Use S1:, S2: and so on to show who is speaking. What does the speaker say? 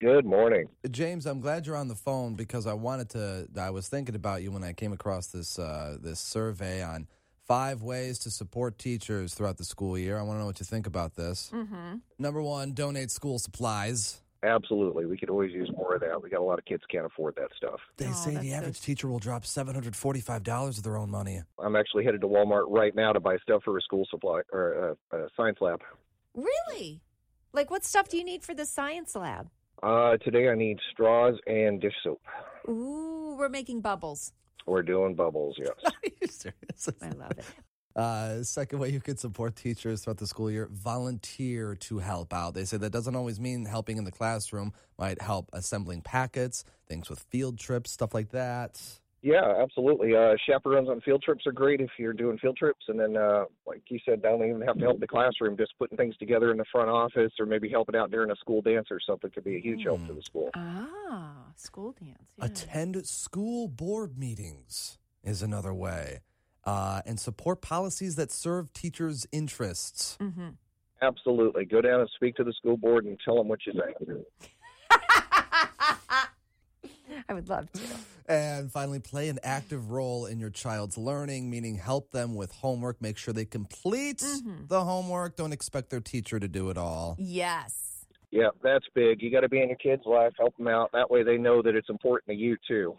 S1: Good morning.
S2: James, I'm glad you're on the phone because I wanted to. I was thinking about you when I came across this uh, this survey on five ways to support teachers throughout the school year. I want to know what you think about this.
S3: Mm-hmm.
S2: Number one, donate school supplies.
S1: Absolutely. We could always use more of that. We got a lot of kids can't afford that stuff.
S2: They
S3: Oh,
S2: say
S3: that's
S2: the
S3: so-
S2: average teacher will drop seven hundred forty-five dollars of their own money.
S1: I'm actually headed to Walmart right now to buy stuff for a school supply or a, a science lab.
S3: Really? Like, what stuff do you need for the science lab?
S1: Uh, today I need straws and dish soap.
S3: Ooh, we're making bubbles.
S1: We're doing bubbles, yes.
S2: Are you serious?
S3: I love it.
S2: Uh, second way you could support teachers throughout the school year: volunteer to help out. They say that doesn't always mean helping in the classroom. Might help assembling packets, things with field trips, stuff like that.
S1: yeah, absolutely. Uh, chaperones on field trips are great if you're doing field trips. And then, uh, like you said, don't even have to help the classroom. Just putting things together in the front office or maybe helping out during a school dance or something could be a huge help to the school.
S3: Ah, school dance. yeah.
S2: Attend school board meetings is another way, uh, and support policies that serve teachers' interests.
S3: Mhm.
S1: Absolutely. Go down and speak to the school board and tell them what you think.
S3: I would love to.
S2: And finally, play an active role in your child's learning, meaning help them with homework. Make sure they complete the homework. Don't expect their teacher to do it all.
S3: Yes.
S1: Yeah, that's big. You got to be in your kids' life, help them out. That way they know that it's important to you, too.